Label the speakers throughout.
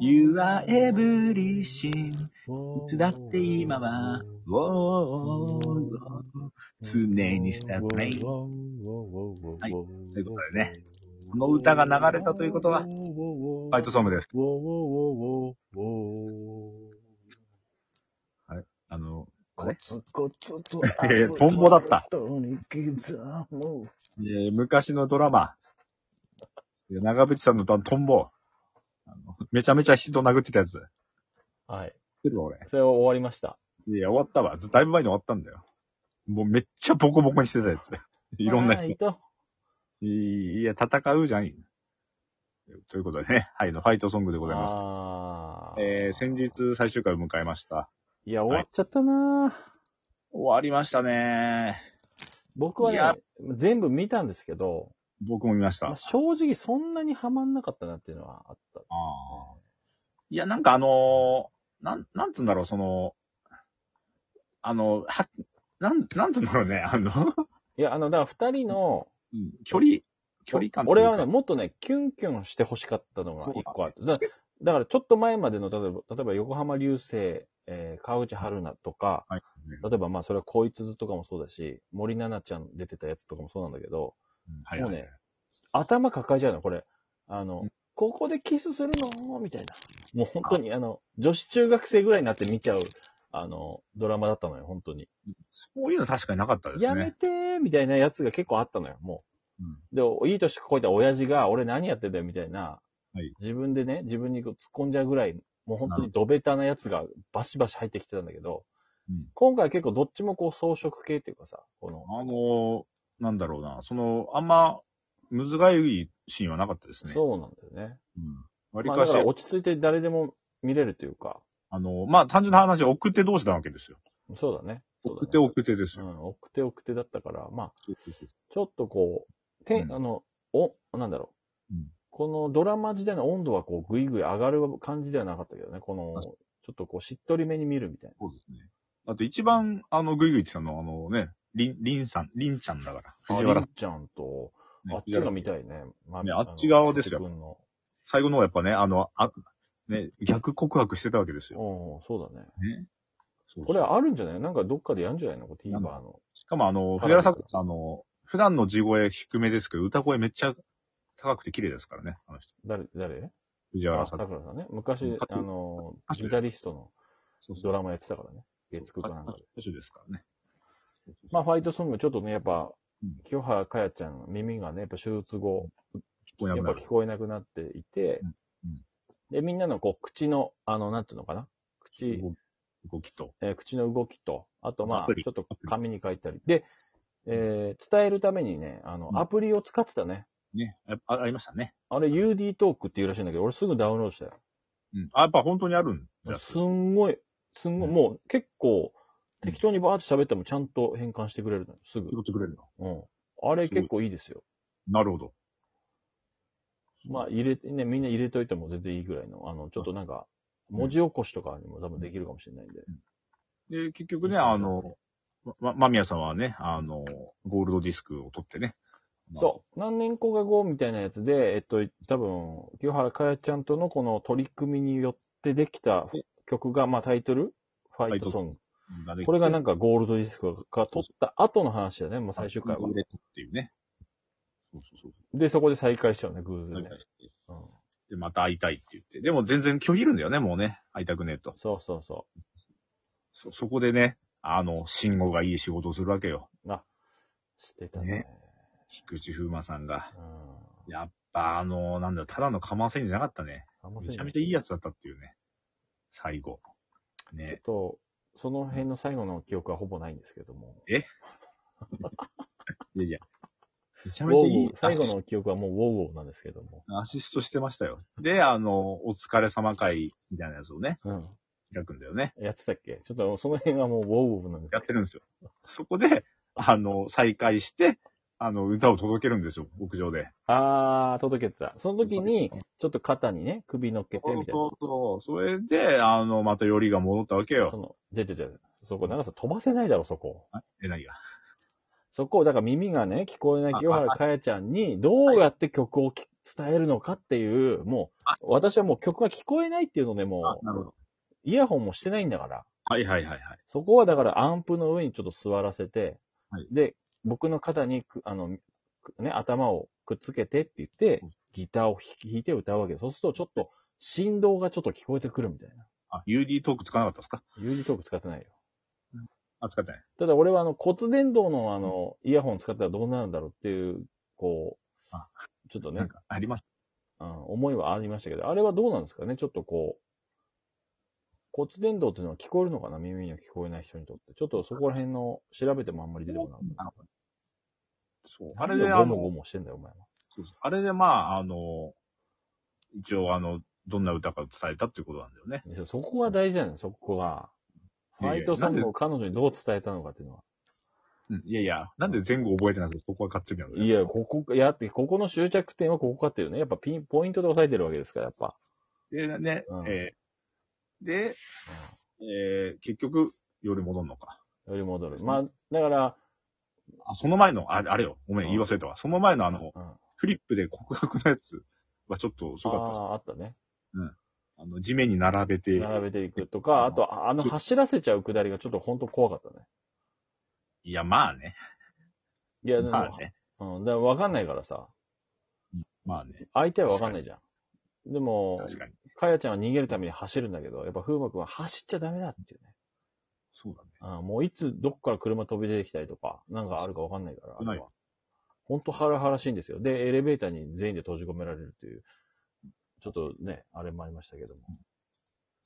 Speaker 1: You are everything. いつだって今は、おー常にスタートレイン。
Speaker 2: はい
Speaker 1: ということでね、
Speaker 2: こ
Speaker 1: この歌が流れたということは、フ
Speaker 2: フ
Speaker 1: ァイトソングです。あの、あ
Speaker 2: コ
Speaker 1: れ
Speaker 2: ツコツと。
Speaker 1: いやいやトンボだった。
Speaker 2: に刻む。
Speaker 1: えー昔のドラマ、いや長渕さんのトンボ、あのめちゃめちゃ人殴ってたやつ。知っ
Speaker 3: はい。
Speaker 1: てるわ俺。
Speaker 3: それは終わりました。
Speaker 1: いや、終わったわ。ずだいぶ前に終わったんだよ。もうめっちゃボコボコにしてたや つ。いろんな
Speaker 3: は
Speaker 1: 人。
Speaker 3: いと。
Speaker 1: いや、戦うじゃん。ということでね、はい、のファイトソングでございます。
Speaker 3: あー
Speaker 1: えー、先。日最終回を迎えました。
Speaker 3: いや、終わっちゃったなー
Speaker 1: 終わりましたね。
Speaker 3: 僕はい
Speaker 1: や
Speaker 3: ね、全部見たんですけど、
Speaker 1: 僕も見ました。
Speaker 3: まあ
Speaker 1: あ
Speaker 3: 正直そんなにハマんなかったなっていうのはあった。
Speaker 1: あ。いや、なんかあのーなん、なんつうんだろう、その、あの、は、なん、なんつうんだろうね、あの、
Speaker 3: いや、あの、だから二人の、
Speaker 1: 距離、距離感というか。
Speaker 3: 俺はね、もっとね、キュンキュンして欲しかったのが
Speaker 1: そうだ
Speaker 3: 一個ある。だだから、ちょっと前までの、例えば、例えば横浜流星、えー川口春奈とか、
Speaker 1: はい、
Speaker 3: 例えば、まあ、それは恋鈴とかもそうだし、森七菜ちゃん出てたやつとかもそうなんだけど、
Speaker 1: うん、はいは
Speaker 3: も
Speaker 1: い
Speaker 3: うね頭抱えちゃうの、これ。あの、
Speaker 1: うん
Speaker 3: ここでキスするのみたいな。もう本当に、あの、女子中学生ぐらいになって見ちゃう、あの、ドラマだったのよ、本当に。
Speaker 1: そういうの確かになかったですね。
Speaker 3: やめてーみたいなやつが結構あったのよ、も
Speaker 1: うん
Speaker 3: う。で、いい年こいた親父が、俺何やってんだよ、みたいな。
Speaker 1: はい
Speaker 3: 自分でね、自分にこう突っ込んじゃうぐらい、もう本当にドベタなやつがバシバシ入ってきてたんだけど、
Speaker 1: うん
Speaker 3: 今回結構どっちもこう装飾系っていうかさ、この、
Speaker 1: あのーなんだろうな、その、あんま、むずがゆいシーンはなかったですね。
Speaker 3: そうなんだよね。
Speaker 1: うん。割
Speaker 3: まあ
Speaker 1: か
Speaker 3: だ
Speaker 1: し、
Speaker 3: から
Speaker 1: あ、
Speaker 3: 落ち着いて誰でも見れるというか、
Speaker 1: の、まあ、単純な話、送って同士なわけですよ。
Speaker 3: そうだね。そうだ
Speaker 1: 送
Speaker 3: ね
Speaker 1: って送ってです
Speaker 3: う
Speaker 1: よ。
Speaker 3: ん、奥手奥手だったから、まあ、
Speaker 1: そうそうそう
Speaker 3: ちょっとこう、て、
Speaker 1: うん
Speaker 3: あの、お、なんだろう。
Speaker 1: うん
Speaker 3: このドラマ自体の温度はこう、ぐいぐい上がる感じではなかったけどね。この、ちょっとこう、しっとりめに見るみたい
Speaker 1: そうですね。だって一番、あの、グイグイってたのは、あのね、りん、りんさん、りんちゃんだから。
Speaker 3: な。
Speaker 1: 藤原
Speaker 3: あり
Speaker 1: さ
Speaker 3: んちゃんと、
Speaker 1: ん、ね
Speaker 3: あっちが見たいね。ま
Speaker 1: ね
Speaker 3: の
Speaker 1: あっち側ですよ
Speaker 3: 藤君の
Speaker 1: 最後の方やっぱね、あの、あ、ね、逆告白してたわけですよ。
Speaker 3: うん、そうだね。
Speaker 1: ね。そう
Speaker 3: これあるんじゃないなんかどっかでやるんじゃないのこう
Speaker 1: な
Speaker 3: ?TVer
Speaker 1: ん
Speaker 3: の。
Speaker 1: しかもあの、
Speaker 3: パ
Speaker 1: 藤
Speaker 3: ラ
Speaker 1: 原
Speaker 3: ダ
Speaker 1: さ
Speaker 3: イス
Speaker 1: ん、あの、普段の地声低めですけど、歌声めっちゃ高くて綺麗ですからね、あの人。
Speaker 3: 誰、誰
Speaker 1: 藤
Speaker 3: あ、
Speaker 1: 原さん
Speaker 3: 桜。さんね。昔、
Speaker 1: 歌手
Speaker 3: あの、
Speaker 1: 歌手です
Speaker 3: ギタリストの
Speaker 1: そう
Speaker 3: ドラマやってたからね。月9かなんかで。
Speaker 1: 歌手ですからね。
Speaker 3: まあ、ファイトソング、ちょっとね、やっぱ
Speaker 1: うん、
Speaker 3: 清原かやちゃん、耳がね、やっぱ手術後、
Speaker 1: 聞こえ
Speaker 3: や
Speaker 1: なく
Speaker 3: っ
Speaker 1: な
Speaker 3: ぱ聞
Speaker 1: る
Speaker 3: こえなくなっていて
Speaker 1: うんうん、
Speaker 3: で、みんなのこう、口の、あの、なんていうのかな口、
Speaker 1: 動き動きと。
Speaker 3: えー口の動きと、あとま
Speaker 1: ア
Speaker 3: あ、
Speaker 1: プリ
Speaker 3: ちょっと
Speaker 1: アプリ
Speaker 3: 紙に書いたり。で、えー伝えるためにね、あ
Speaker 1: うん
Speaker 3: の、アプリを使ってたね。
Speaker 1: ね。やっぱあありましたね。
Speaker 3: あれ、UD トークっていうらしいんだけど、俺すぐダウンロードしたよ。
Speaker 1: うん。あ、やっぱ本当にあるんだ。
Speaker 3: すんごい、すんごい、
Speaker 1: うん
Speaker 3: もう結構、適当にバーって喋ってもちゃんと変換してくれるのよすぐ
Speaker 1: 拾。ってくれるの。
Speaker 3: うん。あれ結構いいですよ。
Speaker 1: なるほど。
Speaker 3: まあ、入れて、ね、みんな入れといても全然いいぐらいの、あの、ちょっとなんか、文字起こしとかにも多分できるかもしれないんで。
Speaker 1: で、結局ね、あの、ま、ま、宮さんはね、あの、ゴールドディスクを取ってね。
Speaker 3: そう。何年後が後みたいなやつで、えっと、多分、清原かやちゃんとのこの取り組みによってできた
Speaker 1: え
Speaker 3: 曲が、まあタイトルファイトソン
Speaker 1: うん。だね
Speaker 3: グ。これがなんかゴールドディスクが取った後の話だね、もう最終回は
Speaker 1: 売。れたっていうね。そうそうそ
Speaker 3: で、そこで再会しちゃうね、偶
Speaker 1: う。
Speaker 3: 然ね。うん、
Speaker 1: で、また会いたいって言って。でも全然拒否るんだよね、もうね。会いたくねえと。
Speaker 3: そうそうそ
Speaker 1: そ、そこでね、あの、慎吾がいい仕事をするわけよ。
Speaker 3: う。あ、してたね。
Speaker 1: ね菊池風磨さんが。
Speaker 3: うん。
Speaker 1: やっぱ、あの、なんだよ、ただのかませんじゃなかったね。
Speaker 3: あんま
Speaker 1: めちゃ
Speaker 3: そうい
Speaker 1: め
Speaker 3: う
Speaker 1: ちゃいいやつだったっていうね。最後。ね。
Speaker 3: ちょっと、その辺の最後の記憶はほぼないんですけども。
Speaker 1: いやいや。めちゃ
Speaker 3: ウォ
Speaker 1: め
Speaker 3: ー
Speaker 1: ちゃい
Speaker 3: ウ
Speaker 1: い
Speaker 3: ォー最後の記憶はもうウォーウォーなんですけども。
Speaker 1: アシストしてましたよ。で、あの、お疲れ様会みたいなやつをね、
Speaker 3: うん。
Speaker 1: 開くんだよね。
Speaker 3: やってたっけちょっとその辺はもうウォーウォーなんですけ
Speaker 1: や
Speaker 3: ど
Speaker 1: ってるんですよ。そこで、あの、再会して、あの、歌を届けるんですよ、屋上で。
Speaker 3: あー、届けてた。その時に、ちょっと肩にね、首乗っけて
Speaker 1: そう
Speaker 3: みたいな。
Speaker 1: そうそう。それで、あの、またよりが戻ったわけ
Speaker 3: そ
Speaker 1: よ。
Speaker 3: の、出てて、そこ、長さ飛ばせないだろ、そこ。
Speaker 1: え、何が。
Speaker 3: そこを、だから耳がね、聞こえない清原かやちゃんに、どうやって曲をき伝えるのかっていう、も
Speaker 1: あ
Speaker 3: う、私はもう曲が聞こえないっていうので、もう、
Speaker 1: なるほど。
Speaker 3: イヤホンもしてないんだから、
Speaker 1: はいはいはいはい。
Speaker 3: そこはだからアンプの上にちょっと座らせて、
Speaker 1: はい
Speaker 3: で、僕の肩にく、あの、くね、頭をくっつけてって言って
Speaker 1: うん、
Speaker 3: ギターをひ弾いて歌うわけで、そうするとちょっと振動がちょっと聞こえてくるみたいな。
Speaker 1: あ、UD トーク使わなかったですか
Speaker 3: UD トーク使ってないよ。
Speaker 1: あ、使ってない。
Speaker 3: ただ俺はあの骨伝導のあの、イヤホン使ったらどうなるんだろうっていう、こ
Speaker 1: あ
Speaker 3: う、ちょっと
Speaker 1: な
Speaker 3: ね
Speaker 1: ん、かありまし
Speaker 3: うん、思いはありましたけど、あれはどうなんですかねちょっとこう、骨伝導っていうのは聞こえるのかな耳には聞こえない人にとって。ちょっとそこら辺の調べてもあんまり
Speaker 1: た。
Speaker 3: 出てこなかった。
Speaker 1: あのそう。
Speaker 3: あ
Speaker 1: あ
Speaker 3: れ
Speaker 1: れ
Speaker 3: で
Speaker 1: で、
Speaker 3: ゴ
Speaker 1: あ
Speaker 3: モゴ
Speaker 1: の、
Speaker 3: モしてんだよ、お前は。
Speaker 1: そうそうあれで、まあ、あの、一応、あの、どんな歌かを伝えたっていうことなんだよね。
Speaker 3: いやそこが大事だよね、そこが。フ
Speaker 1: いや
Speaker 3: ァ
Speaker 1: いや
Speaker 3: イトソングを彼女にどう伝えたのかっていうのは。
Speaker 1: うん。いやいや、なんで前後覚えてなくて、そこはかっちりなんだよ
Speaker 3: いや、ここ、いやって、ここの終着点はここかっていうね。やっぱピン、ポイントで押さえてるわけですから、やっぱ。
Speaker 1: で、ね、
Speaker 3: うん
Speaker 1: えーで、えー結局、夜戻んのか。
Speaker 3: より戻る。まあ、だから、
Speaker 1: あ、その前の、あれ、あれよ。ごめん、
Speaker 3: うん
Speaker 1: 言い忘れたわ。その前のあの、
Speaker 3: うん、あ
Speaker 1: フリップで告白のやつはちょっとす
Speaker 3: あ
Speaker 1: ごかったです。
Speaker 3: ー、あったね。
Speaker 1: あの、地面に並べて、
Speaker 3: 並べていくとか、あと、ああの、
Speaker 1: ちょ
Speaker 3: 走らせちゃうくだりがちょっと本当怖かったね。
Speaker 1: いや、まあね。
Speaker 3: いや、でも、
Speaker 1: まあね。
Speaker 3: うん、だから分かんないからさ、
Speaker 1: まあね。
Speaker 3: 相手は分かんないじゃん。でも、
Speaker 1: 確かに。
Speaker 3: かやちゃんは逃げるために走るんだけど、やっぱ風磨くんは走っちゃダメだっていうね。
Speaker 1: そうだね。
Speaker 3: あもういつどっから車飛び出てきたりとか、なんかあるかわかんないから、
Speaker 1: 危な
Speaker 3: あ
Speaker 1: い
Speaker 3: れはほんとハラハラしいんですよ。で、エレベーターに全員で閉じ込められるという、ちょっとね、あれもありましたけども。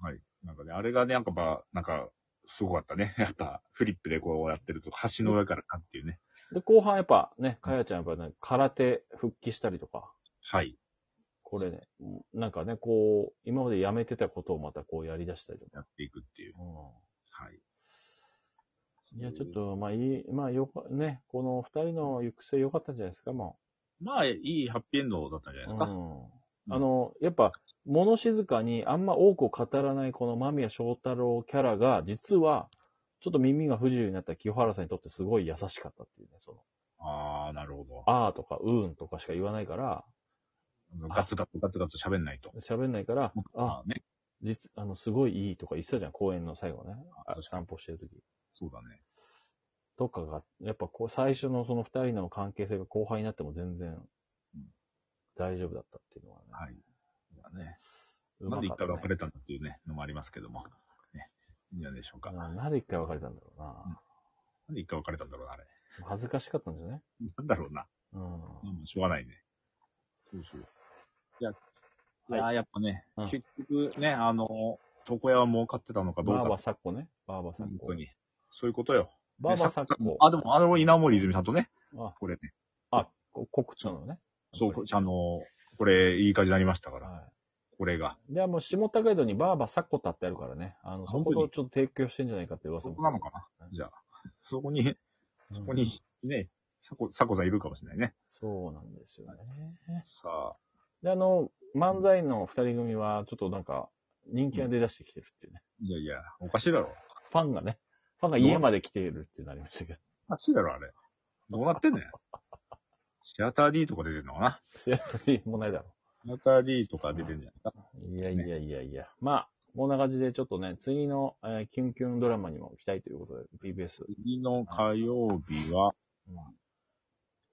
Speaker 1: はい。なんかね、あれがね、なんかば、なんか、すごかったね。や っぱ、フリップでこうやってると、橋の上からかっていうね。
Speaker 3: で、後半やっぱね、かやちゃんやっぱね、空手復帰したりとか、
Speaker 1: はい。
Speaker 3: これね、なんかね、こう、今までやめてたことをまたこうやり出したりとか。
Speaker 1: やっていくっていう。
Speaker 3: う
Speaker 1: はい。
Speaker 3: ん。いや、ちょっ。と、まあいい、まあよか、ね、この二人の行く末良かったんじゃないですか、も。
Speaker 1: まあ、いいハッピーエンドだったんじゃないうですか。
Speaker 3: うんあの、やっぱ、物静かにあんま多くを語らないこの間宮祥太郎キャラが、実は、ちょっと耳が不自由になった清原さんにとってすごい優しかったっていうね、その、
Speaker 1: ああ、なるほど。
Speaker 3: あーとかうーんとかしか言わないから、
Speaker 1: ガツガツガツガツ喋んないと。
Speaker 3: 喋んないから、あ、
Speaker 1: あね。
Speaker 3: 実、あの、すごいいいとか言ってたじゃん、公演の最後ね。あ
Speaker 1: 確か
Speaker 3: 散
Speaker 1: に
Speaker 3: 歩してる時
Speaker 1: そうだね。
Speaker 3: とかが、やっぱこう、最初のその二人の関係性が後輩になっても全然
Speaker 1: うん、
Speaker 3: 大丈夫だったっていうのはね。
Speaker 1: はい。そうだね。
Speaker 3: う
Speaker 1: な
Speaker 3: まか
Speaker 1: んで
Speaker 3: っ
Speaker 1: 一
Speaker 3: た
Speaker 1: 回
Speaker 3: ね
Speaker 1: 別れたんだっていうね、のもありますけども。ね。いいんじゃないでしょうか。
Speaker 3: うんなんで一回別れたんだろうな。
Speaker 1: なんで一回別れたんだろうな、あれ。
Speaker 3: 恥ずかしかったんですね。
Speaker 1: なんだろうな。
Speaker 3: うん。
Speaker 1: まあまあしょうがないね。そうそう。いや、いや、やっぱね、
Speaker 3: うん
Speaker 1: 結局ね、あの、床屋は儲かってたのかどう
Speaker 3: バ
Speaker 1: か
Speaker 3: ーバ
Speaker 1: っ
Speaker 3: サッコね。バーバ
Speaker 1: て、
Speaker 3: サッ
Speaker 1: 本
Speaker 3: コ
Speaker 1: 当。に。そういうことよ。
Speaker 3: バーバサッ
Speaker 1: ね
Speaker 3: コ。
Speaker 1: あ、でも、あの、稲森泉さんとね、
Speaker 3: あ、
Speaker 1: これね、
Speaker 3: あ、こ告知なのね。
Speaker 1: そ
Speaker 3: や
Speaker 1: う、
Speaker 3: っぱ
Speaker 1: こ
Speaker 3: り
Speaker 1: あの、これ、いい感じになりましたから、
Speaker 3: は
Speaker 1: これが。
Speaker 3: い。で、もう、下高井戸にバーバサッコタってあるからね。あの、そ
Speaker 1: 本当
Speaker 3: こと
Speaker 1: に
Speaker 3: ちょっと提供してんじゃないかって噂
Speaker 1: そ
Speaker 3: も。
Speaker 1: こなのかなじゃあ、そこに、
Speaker 3: うん
Speaker 1: そこに、ね、さこ、さこさんいるかもしれないね。
Speaker 3: そうなんですよね。
Speaker 1: さあ、
Speaker 3: で、あの、漫才の二人組は、ちょっとなんか、人気が出だしてきてるっていうね。
Speaker 1: いやいや、おかしいだろ。
Speaker 3: ファンがね、ファンが家まで来ているってなりましたけど。
Speaker 1: おかしいだろ、あれ。どうなってんねん。シアター D とか出てんのかな
Speaker 3: 知らないもないだろ
Speaker 1: シアター D とか出てんじゃないか
Speaker 3: う。いやいやいやいや。まあ、こんな感じでちょっとね、次の、えーキュンキュンドラマにも期待ということで、PBS。
Speaker 1: 次の火曜日は、
Speaker 3: うん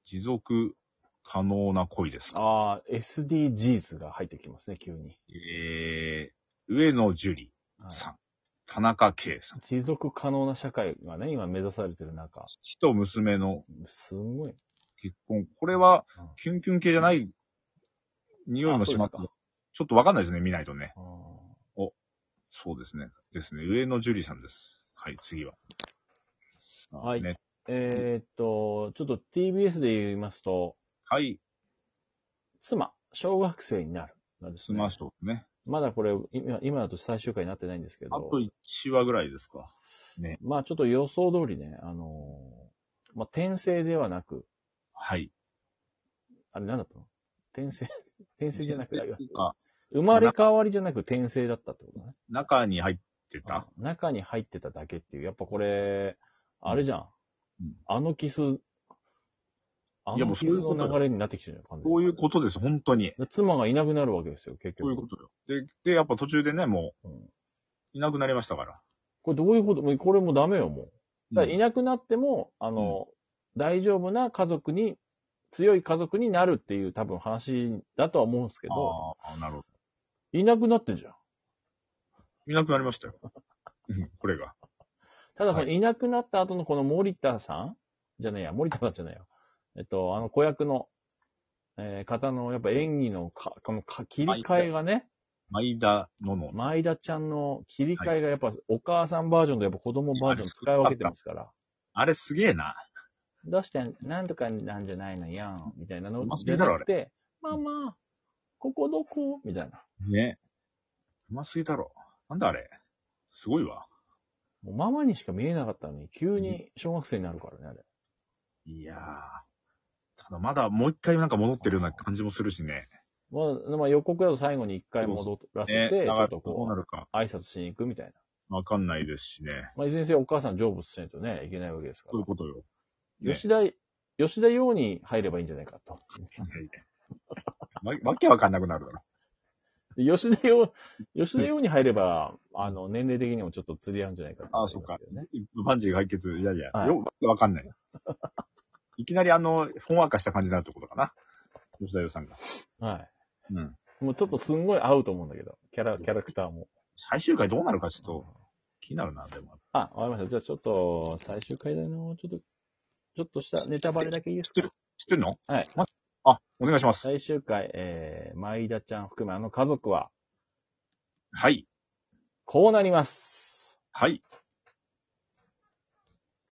Speaker 1: 持続可能な恋ですか。
Speaker 3: ああ、SDGs が入ってきますね、急に。
Speaker 1: えー、上野樹里
Speaker 3: はい
Speaker 1: さん、田中圭さん、
Speaker 3: 持続可能な社会がね、今目指されてる中、
Speaker 1: 父と娘の
Speaker 3: すんごい。
Speaker 1: 結婚。これは
Speaker 3: うん、
Speaker 1: キュンキュン系じゃない匂いもします
Speaker 3: あそうです
Speaker 1: ちょっとわかんないですね、見ないとね。
Speaker 3: あー
Speaker 1: そうですね。ですね。上野樹里さんです。はい、次は。さあ
Speaker 3: はい
Speaker 1: ね
Speaker 3: えーっと、ちょっと TBS で言いますと、
Speaker 1: はい、
Speaker 3: 妻、小学生になる。なんです
Speaker 1: ス
Speaker 3: ね
Speaker 1: マッシュとね。
Speaker 3: まだこれ、今今だと最終回になってないんですけ
Speaker 1: あ
Speaker 3: ど
Speaker 1: と、1話ぐらいですか。
Speaker 3: まあちょっと予想通りね、あのーまあ転生ではなく、
Speaker 1: はい。
Speaker 3: あれなんだったの転 生転生じゃなく
Speaker 1: っ
Speaker 3: あれ
Speaker 1: ていうか
Speaker 3: 生まれ変わりじゃなく転生だったってことね。
Speaker 1: 中に入ってた。
Speaker 3: うん中に入ってただけっていう、やっぱこれ、あれじゃん。
Speaker 1: うん
Speaker 3: あのキス、あ
Speaker 1: いや
Speaker 3: の
Speaker 1: もうそういう
Speaker 3: 傷
Speaker 1: ことだ
Speaker 3: の流れになってきてるのよ、完全に
Speaker 1: そういうことです、本当に。
Speaker 3: で妻がいなくなるわけですよ、結
Speaker 1: そういう
Speaker 3: 局。
Speaker 1: ことよ。で、で、やっぱ途中でね、もう
Speaker 3: うん、
Speaker 1: いなくなりましたから。
Speaker 3: これどういうこともうこれもうダメよ、もう。だからい
Speaker 1: な
Speaker 3: なくなっても、あの、大丈夫な家族に、強い家族になるっていう多分話だとは思うんですけど、
Speaker 1: ああ、なるほど。
Speaker 3: いなくなってんじゃん。
Speaker 1: いなくなりましたよ。 うんこれが。
Speaker 3: ただその、、
Speaker 1: はい
Speaker 3: なくなった後のこの森田さんじゃねえや、森田さんじゃないよ。えっと、あの子役の、えー方のやっぱ演技のか、このか切り替えがね、
Speaker 1: 毎田のの。
Speaker 3: 前田ちゃんの切り替えがやっぱお母さんバージョンとやっぱ子供バージョン使い分けてますから。
Speaker 1: あれすげえな。
Speaker 3: どうしてなんとかなんじゃないのやん、みたいなの
Speaker 1: うますぎ
Speaker 3: じ
Speaker 1: だ
Speaker 3: ゃ
Speaker 1: ろ
Speaker 3: なくて、ママ、ここどこみたいな。
Speaker 1: ね。うますぎだろ。なんだあれ。すごいわ。
Speaker 3: もうママにしか見えなかったのに、急に小学生になるからね、あれ。
Speaker 1: いやー。ただまだもう一回なんか戻ってるような感じもするしね。
Speaker 3: まあ、まあ、予告だと最後に一回戻らせ
Speaker 1: ね。
Speaker 3: て、ち
Speaker 1: だ
Speaker 3: ょっ
Speaker 1: から
Speaker 3: と
Speaker 1: ど
Speaker 3: こ
Speaker 1: う
Speaker 3: う
Speaker 1: な、るか
Speaker 3: 挨拶しに行くみたいな。
Speaker 1: わかんないですしね。
Speaker 3: まあ、いずれにせよお母さん成仏しないとね、いけないわけですか
Speaker 1: そうい
Speaker 3: ら
Speaker 1: う。ことよ。ね
Speaker 3: 吉田、吉田洋に入ればいいんじゃないかと。
Speaker 1: わわけわかんなくなるだろ。
Speaker 3: で吉田洋、吉田洋に入れば、あの、年齢的にもちょっと釣り合うんじゃないかと思いますけどね。
Speaker 1: バンジーが解決、いやいや、
Speaker 3: はい
Speaker 1: よわけわかんない。いきなりあの、ほんわかした感じになるってことかな。吉田洋さんが。
Speaker 3: は
Speaker 1: うん。
Speaker 3: い。もうちょっとすんごい合うと思うんだけど、キャラ、キャラクターも。
Speaker 1: 最終回どうなるかちょっと気になるな、でも。
Speaker 3: あ、わかりました。じゃあちょっと、最終回だの、ちょっと、ちょっとしたネタバレだけいいですか
Speaker 1: 知ってるの
Speaker 3: はい。
Speaker 1: あ、お願いします。
Speaker 3: 最終回、えー、舞田ちゃん含めあの家族は、
Speaker 1: はい。
Speaker 3: こうなります。
Speaker 1: はい。